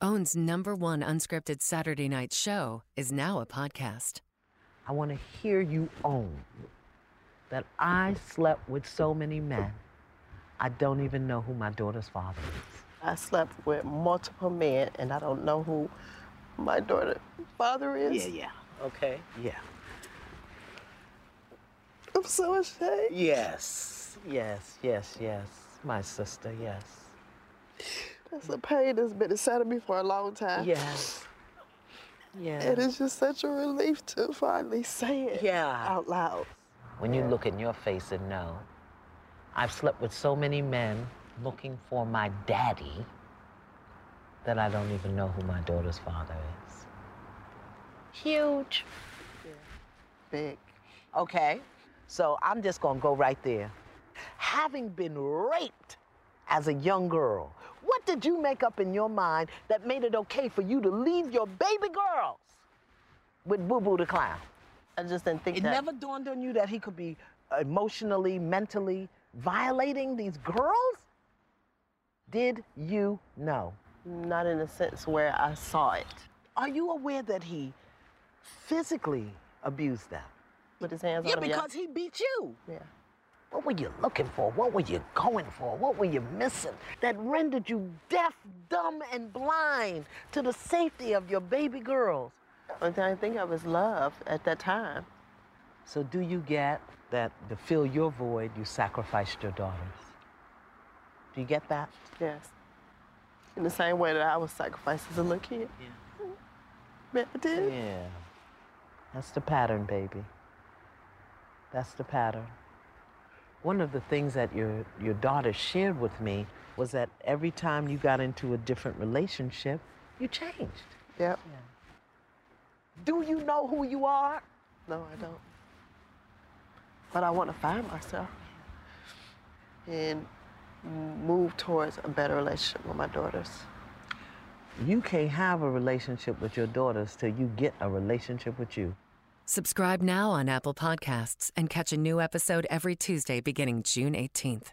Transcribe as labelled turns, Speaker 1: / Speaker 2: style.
Speaker 1: Owen's number one unscripted Saturday night show is now a podcast.
Speaker 2: I want to hear you own that I slept with so many men. I don't even know who my daughter's father is.
Speaker 3: I slept with multiple men, and I don't know who my daughter's father is.
Speaker 4: yeah. Okay.
Speaker 3: yeah. I'm so ashamed.
Speaker 4: Yes.
Speaker 2: Yes, yes, yes. My sister, yes.
Speaker 3: That's a pain that's been inside of me for a long time.
Speaker 2: Yes. Yeah.
Speaker 3: And it's just such a relief to finally say it
Speaker 2: Yeah.
Speaker 3: out loud.
Speaker 2: When you look in your face and know, I've slept with so many men looking for my daddy that I don't even know who my daughter's father is.
Speaker 4: Huge.
Speaker 3: Big.
Speaker 2: Okay, so I'm just gonna go right there. Having been raped as a young girl, what did you make up in your mind that made it okay for you to leave your baby girls with Boo Boo the Clown?
Speaker 3: I just didn't think
Speaker 2: It
Speaker 3: that.
Speaker 2: never dawned on you that he could be emotionally, mentally violating these girls? Did you know?
Speaker 3: Not in a sense where I saw it.
Speaker 2: Are you aware that he physically abused them?
Speaker 3: With his hands
Speaker 2: Yeah,
Speaker 3: on him.
Speaker 2: because he beat you.
Speaker 3: Yeah.
Speaker 2: What were you looking for? What were you going for? What were you missing that rendered you deaf, dumb, and blind to the safety of your baby girls?
Speaker 3: But I think I was loved at that time.
Speaker 2: So, do you get that to fill your void, you sacrificed your daughters? Do you get that?
Speaker 3: Yes. In the same way that I was sacrificed as a little kid.
Speaker 2: Yeah.
Speaker 3: Yeah, I did.
Speaker 2: Yeah. That's the pattern, baby. That's the pattern. One of the things that your, your daughter shared with me was that every time you got into a different relationship, you changed.
Speaker 3: Yep.
Speaker 2: Do you know who you are?
Speaker 3: No, I don't. But I want to find myself and move towards a better relationship with my daughters.
Speaker 2: You can't have a relationship with your daughters till you get a relationship with you.
Speaker 1: Subscribe now on Apple Podcasts and catch a new episode every Tuesday beginning June 18th.